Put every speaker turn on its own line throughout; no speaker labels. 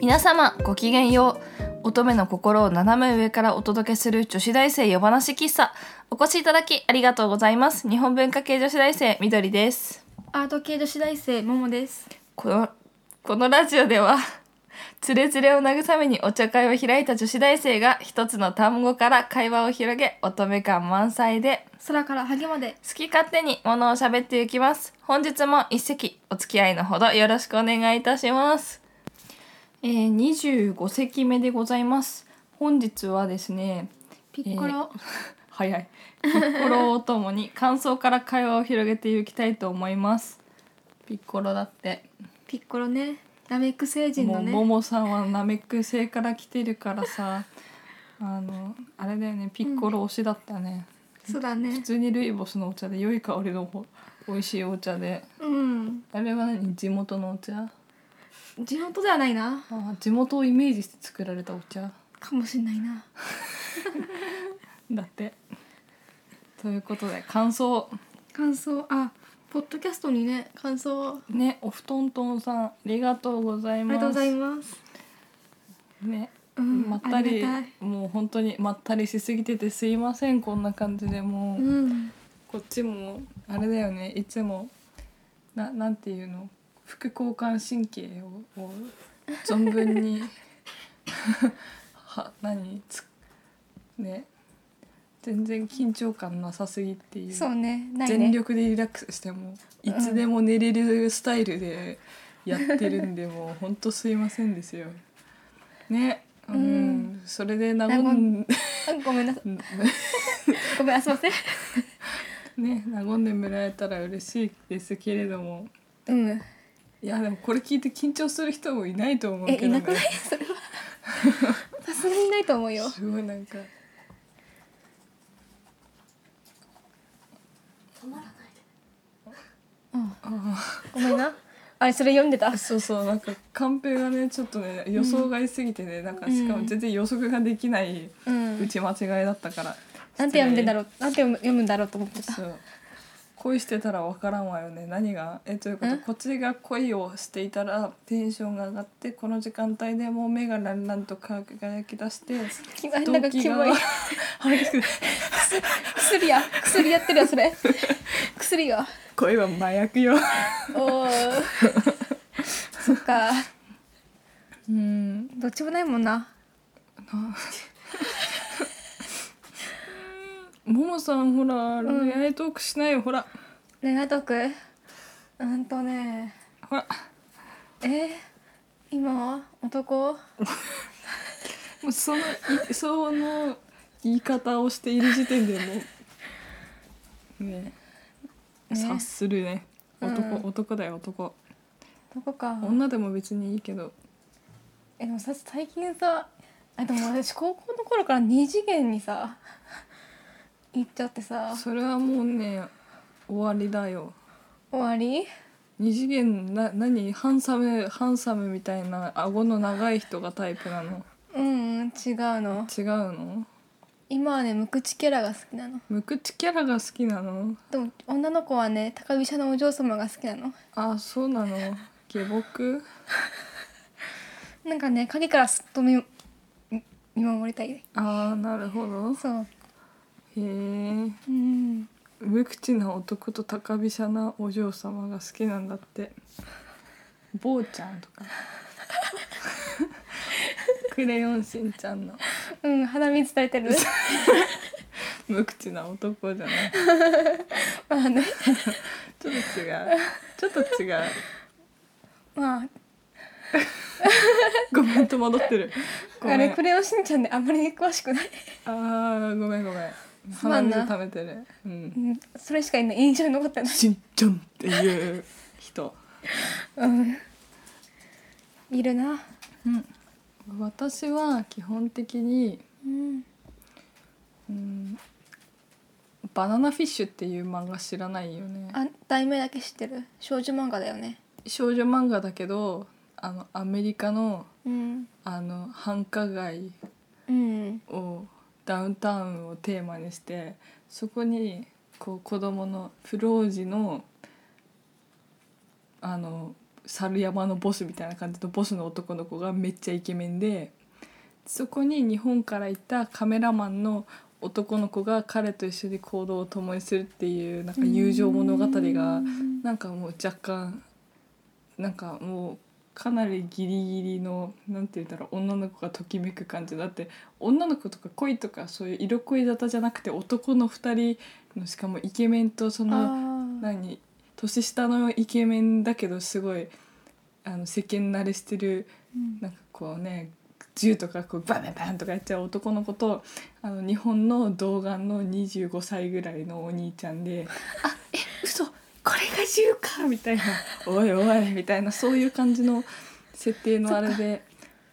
皆様ごきげんよう乙女の心を斜め上からお届けする女子大生夜話喫茶お越しいただきありがとうございます日本文化系女子大生みどりです
アート系女子大生ももです
このこのラジオでは つれつれを慰めにお茶会を開いた女子大生が一つの単語から会話を広げ乙女感満載で
空からハゲまで
好き勝手にものを喋っていきます本日も一席お付き合いのほどよろしくお願いいたしますえー、25席目でございます本日はですね
ピッコロ、
早いピッコロをともに感想から会話を広げていきたいと思いますピッコロだって
ピッコロねナメック星人
も
の
う
ね
ももさんはナメック星から来てるからさあのあれだよねピッコロ推しだったね、
そうだ
普
ね
通にルイボスのお茶で良い香りのほ美味しいお茶で
うん
あれは何地元のお茶あ
地元ではないな
ー地元をイメージして作られたお茶
かもしんないな
だってということで感想
感想あポッドキャストにね感想をあ
ねお布団とんさんありがとうござい
り
ます
がとうございます
ね
うん
まったり
ありがたい
もう本当にまったりしすぎててすいませんこんな感じでもう、
うん
こっちもあれだよねいつもななんていうの副交感神経をを存分には何つね全然緊張感なさすぎっていう
そうねないね
全力でリラックスしてもいつでも寝れるスタイルでやってるんで、もう ほんとすいませんですよ。ね、うん
うん
それで和 ん
あごめんなさいごめんあすいません
ね和んでもらえたら嬉しいですけれども
うん
いやでもこれ聞いて緊張する人もいないと思う
え
けど、ね、
いなくないそれはさすがにいないと思うよ
すごいなんか
うん
あ
ごめんなあれそれ読んでた
ーそうそうなんかカンペがねちょっとね予想外すぎてね、なんかしかも全然予測ができない
うん
打ち間違いだったから、
なんて読んでんだ
ろ
ろうなんて読む読むんだろうと思ってた
そう恋してたらわからんわよね何がえということ
ん
こっちが恋をしていたらテンションが上がってこの時間帯でもう目がランランと輝き出して
き なんかキ モい
激しく
薬や薬やってるよそれ薬よ
恋は麻薬よ
おおそっか
うん
どっちもないもんな
ももさんほら恋愛トークしないよほら
ねえとくうんとね
ほら
えー、今は男
もうそのいその言い方をしている時点でもうね察するね
うん
男、男だよ男
男か
女でも別にいいけど
えでもさ最近さあでも私高校の頃から二次元にさ行っちゃってさ
それはもうね終わりだよ
終わり
二次元な何ハンサムハンサムみたいな顎の長い人がタイプなの
うんうん違うの
違うの
今はね無口キャラが好きなの
無口キャラが好きなの
でも女の子はね高飛車のお嬢様が好きなの
あそうなの下僕
なんかね影からすっと見見見守りたい
ああなるほど
そう
へえ
うん
無口な男と高飛車なお嬢様が好きなんだって坊ちゃんとか クレヨンしんちゃんの
うん鼻水垂れてる
無口な男じゃない
まあね
ちょっと違うちょっと違う
まあ
ごめん戸惑ってるごめ
あ
ん
れクレヨンしんちゃんであんまり詳しくない、
あーごめんごめん
すまんな
鼻水溜めてる、うん
う、ん、それしかいない印象に残ってない
しんちゃんっていう人
うんいるな
うん私は基本的に
うん
うんバナナフィッシュっていう漫画知らないよね
あ題名だけ知ってる少女漫画だよね
少女漫画だけどあのアメリカの
うん
あの繁華街
うん
をダウンタウンをテーマにしてそこにこう子供の不老児のあの猿山のボスみたいな感じのボスの男の子がめっちゃイケメンでそこに日本からいたカメラマンの男の子が彼と一緒に行動を共にするっていうなんか友情物語が
うん
なんかもう若干なんかもうかなりギリギリのなんて言うんだろう女の子がときめく感じだって女の子とか恋とかそういう色恋沙汰じゃなくて男の2人のしかもイケメンとそ
あ
の
ー
何年下のイケメンだけどすごいあの世間慣れしてる
うん
なんかこうね銃とかこうバンバンバンとかやっちゃう男の子とあの日本の童顔の25歳ぐらいのお兄ちゃんで「あえ嘘これが銃か!」みたいな「おいおい」みたいなそういう感じの設定のあれで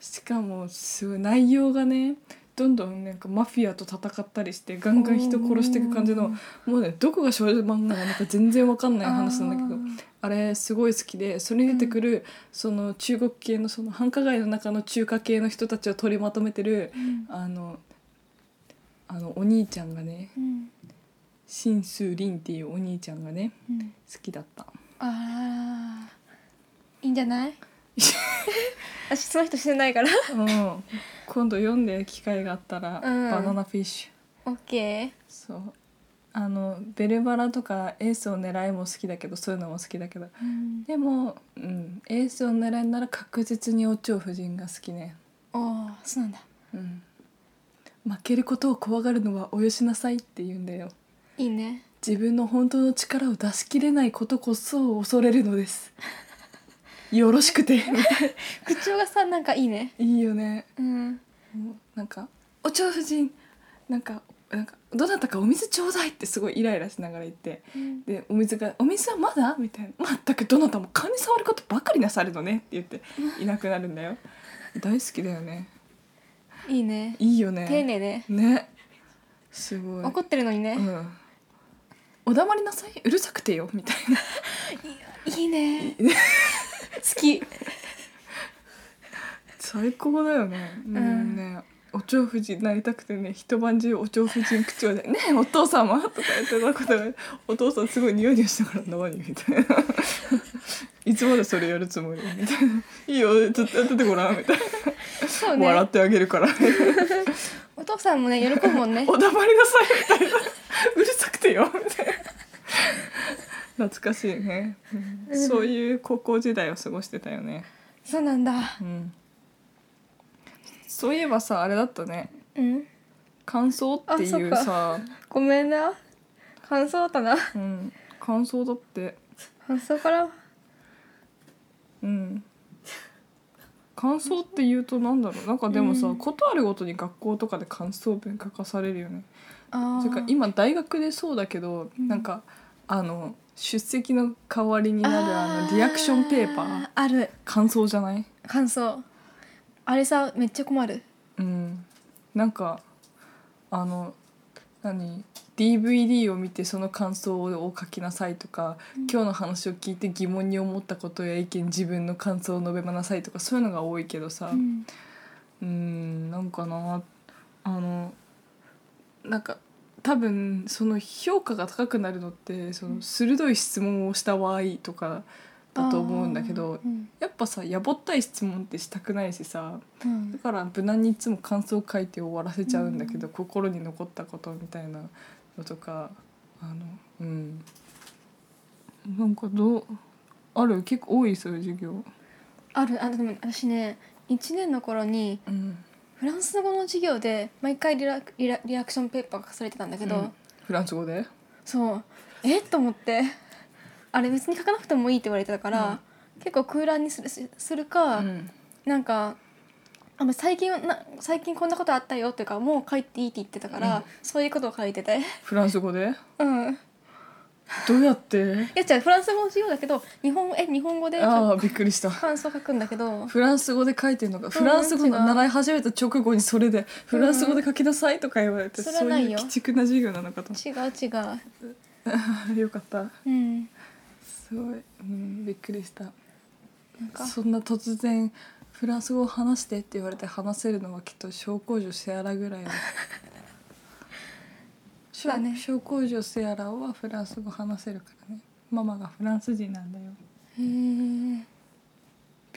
しかもすごい内容がねどんどんなんかマフィアと戦ったりしてガンガン人殺していく感じのもうねどこが少女漫画なのか全然わかんない話なんだけど。あれすごい好きでそれに出てくる、その中国系のその繁華街の中の中華系の人たちを取りまとめてる
あーうん
あのあのお兄ちゃんがね
うん
秦数林っていうお兄ちゃんがね
うん
好きだった
あーいいんじゃない 私その人してないから
うん今度読んで機会があったら「
うん
バナナフィッシュ
オッケー」
そうあのベルバラとか「エースを狙い」も好きだけどそういうのも好きだけど
うん
でも、うん、エースを狙いなら確実にお蝶夫人が好きね
おーそうなんだ
うん、負けることを怖がるのはおよしなさいって言うんだよ
いいね
自分の本当の力を出し切れないことこそ恐れるの ですよろしくて
口調がさなんかいいね
いいよね
うん
もうなんか「お蝶夫人なんかなんかどなたかお水ちょうだい」ってすごいイライラしながら言って
うん
でお水が「お水はまだ?」みたいな「全くどなたも勘に触ることばかりなさるのね」って言っていなくなるんだよ大好きだよね
いいね
いいよね
丁寧で
ねすごい
怒ってるのにね
うん、お黙りなさいうるさくてよみたいな
いいね
いね
好き
最高だよね、うん、
ん
ねお蝶夫人になりたくてね一晩中お蝶夫人口調で「ねえお父様」とか言ってたことが お父さんすごい匂いにしたから何みたいな 「いつまでそれやるつもり?」みたいな「いいよずっとやっててごらん」みたい
そう
な、
ね
笑ってあげるから
お父さんもね喜ぶもんね
「お黙りなさい」みたいな「うるさくてよ」みた いな懐かしいね、うん
うん
そういう高校時代を過ごしてたよね
そうなんだ
うんそういえばさあれだったね
うん
感想っていう
あそっ
さ、
ごめんな感想だな
うん、感想だって
感想から
うん感想って言うとなんだろうなんかでもさ、
うん
ことあるごとに学校とかで感想文書かされるよね。
あ
それから今大学でそうだけど、
うん
なんかあの出席の代わりになるあのリアクションペーパー
ある
感想じゃない
感想あれさめっちゃ困る
うん、なんかあの何 DVD を見てその感想を書きなさいとか、今日の話を聞いて疑問に思ったことや意見自分の感想を述べなさいとかそういうのが多いけどさ
う、ん
うんなんかなあのなんか多分その評価が高くなるのってその鋭い質問をした場合とかだと思うんだけど
あーうん
やっぱさやぼったい質問ってしたくないしさ
うん
だから無難にいつも感想を書いて終わらせちゃうんだけど、心に残ったことみたいなのとかあのうんなんかどうある結構多いそういう授業
あるあでも私ね1年の頃に
うん
フランス語の授業で毎回リラリラリアクションペーパーが書かれてたんだけど、
うんフランス語で
そうえっと思って あれ別に書かなくてもいいって言われてたから、結構空欄にするすするか、
うん
なんかあ最近はな最近こんなことあったよっていうかもう書いていいって言ってたから、
うん
そういうことを書いてて
フランス語で
うんい
どうやって
や違うフランス語の授業だけど日本え日本語で
ああびっくりした
感想書くんだけど
フランス語で書いてるのかフランス語の
違う
習い始めた直後にそれで「フランス語で書きなさい」とか言われて、
それは
そう
ないいうよ
鬼畜な授業なのかと思
違う違う
ってよかった
うん
すごい、うん、びっくりした
なんか
そんな突然フランス語を話してって言われて話せるのはきっと小公女セアラぐらい の
そうだね
小公女セアラはフランス語話せるからねママがフランス人なんだよ
へえ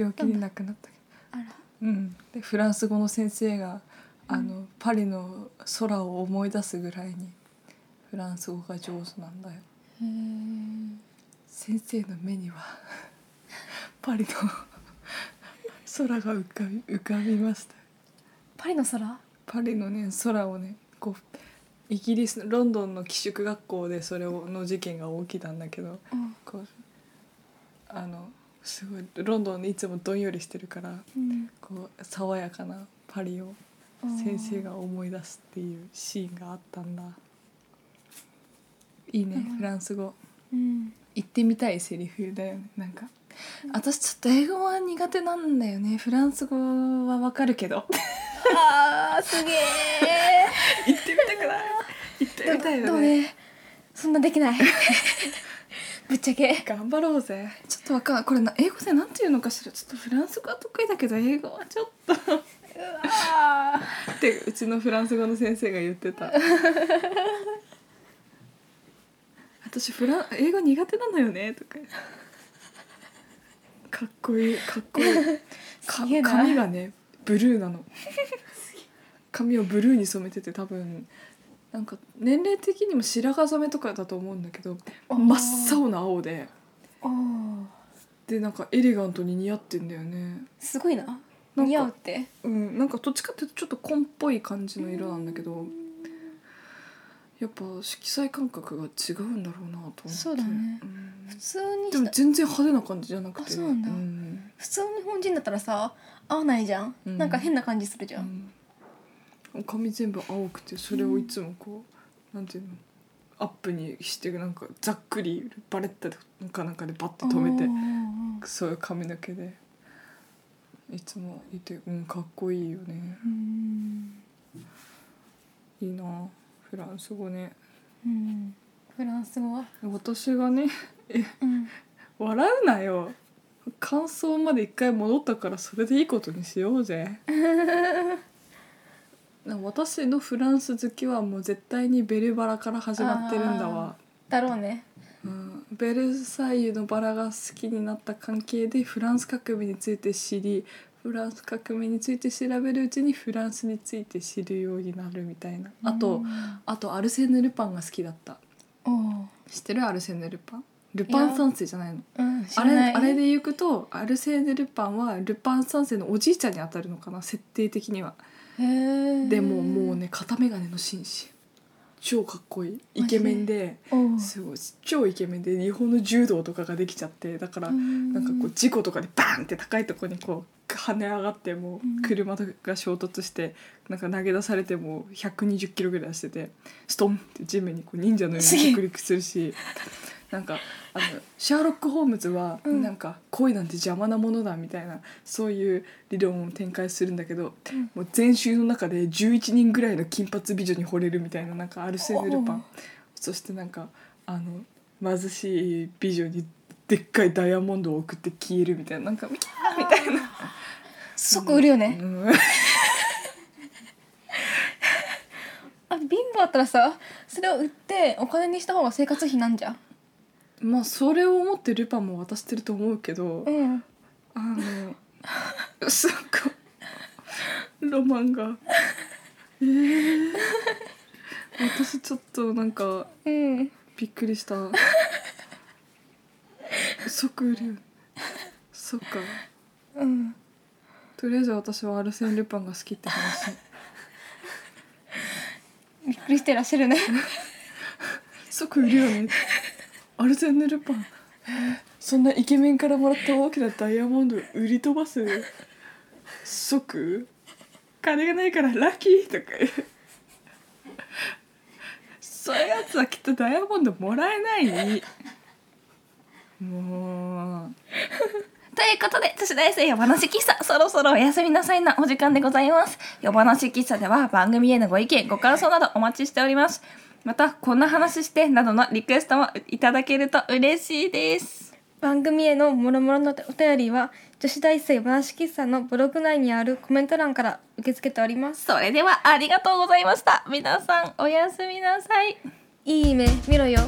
病気で亡くなったけ
あら
ど、うん、でフランス語の先生があの、パリの空を思い出すぐらいにフランス語が上手なんだよ
へー
先生の目 にはパリの空が浮かび浮かびました
パリの空
パリのね空をねこうイギリスのロンドンの寄宿学校でそれをの事件が起きたんだけど
うん
こうあのすごいロンドンでいつもどんよりしてるから
うん
こう爽やかなパリを先生が思い出すっていうシーンがあったんだいいね
うん
フランス語
うん
言ってみたいセリフだよねなんか私ちょっと英語は苦手なんだよねフランス語はわかるけど
あーすげえ
言ってみたくない言ってみたい
で
よ
も
ね
ねそんなできないぶっちゃけ
頑張ろうぜちょっとわかんないこれな英語でなんていうのかしらちょっとフランス語は得意だけど英語はちょっと
うわ
ってうちのフランス語の先生が言ってた 私フラン英語苦手なのよねとかかっこいいかっこ いいか
すげえな
髪がねブルーなの髪をブルーに染めてて多分なんか年齢的にも白髪染めとかだと思うんだけど
あー
真っ青な青で
おー
でなんかエレガントに似合ってんだよね
すごいな
なんか
似合うって
うん、なんかどっちかっていうとちょっと紺っぽい感じの色なんだけどやっぱ色彩感覚が違うんだろうなと思って
そうだね
うん
普通に
でも
した
全然派手な感じじゃなくて
あそうなんだ
うん
普通の日本人だったらさ合わないじゃん、
うん
なんか変な感じするじゃ
う
ん、
ん髪全部青くてそれをいつもこう、なんていうのアップにしてなんかざっくりバレッタかなんかでバッて止めて
おーおーおー
そういう髪の毛でいつもいて、うん、かっこいいよね
うん
いいなフランス語ね
うんフランス語は、
私がね
うん、
笑うなよ感想まで一回戻ったからそれでいいことにしようぜな私のフランス好きはもう絶対にベルバラから始まってるんだわ、
だろうね
うん、ベルサイユのバラが好きになった関係でフランス革命について知りフランス革命について調べるうちにフランスについて知るようになるみたいなあと、あとアルセーヌ・ルパンが好きだった
うんおー
知ってるアルセーヌ・ルパンルパン三世じゃないの
うん知
あ
ら
れ
ない
あれで行くとアルセーヌ・ルパンはルパン三世のおじいちゃんに当たるのかな設定的には
へー
でももうね片眼鏡の紳士超かっこいいイケメンで
おう
すごい超イケメンで日本の柔道とかができちゃってだからなんかこう事故とかでバーンって高いとこにこう跳ね上がっても
うん
う車とかが衝突してなんか投げ出されても120キロぐらい出しててストンって地面にこう忍者のように
すげえ
着陸するしなんかあのシャーロック・ホームズは
うん
なんか恋なんて邪魔なものだみたいなそういう理論を展開するんだけど
うん
もう全集の中で11人ぐらいの金髪美女に惚れるみたいななんかアルセーヌ・ルパ
おう
ンそしてなんかあの貧しい美女にでっかいダイヤモンドを送って消えるみたいななんかみたい
みたいな即売るよね、
な、
あ貧乏だったらさそれを売ってお金にした方が生活費なんじゃん
うんまあそれを思ってルパンも渡してると思うけど、
うん
あのそこロマンがえー私ちょっとなんか
うん
びっくりした即売りよそっか
うん
とりあえず私はアルセン・ルパンが好きって話
びっくりしてらっしゃるね
即売るよねアルセンヌ・ルパンそんなイケメンからもらった大きなダイヤモンド売り飛ばす即金がないからラッキーとか言うそういうやつはきっとダイヤモンドもらえないもう
ということで、女子大生夜話喫茶、そろそろお休みなさいなお時間でございます。夜話喫茶では番組へのご意見、ご感想などお待ちしております。また、こんな話して、などのリクエストもいただけると嬉しいです。
番組へのもろもろのお便りは女子大生話喫茶のブログ内にあるコメント欄から受け付けております
それでは、ありがとうございました。皆さん、おやすみなさい。
いい夢見ろよ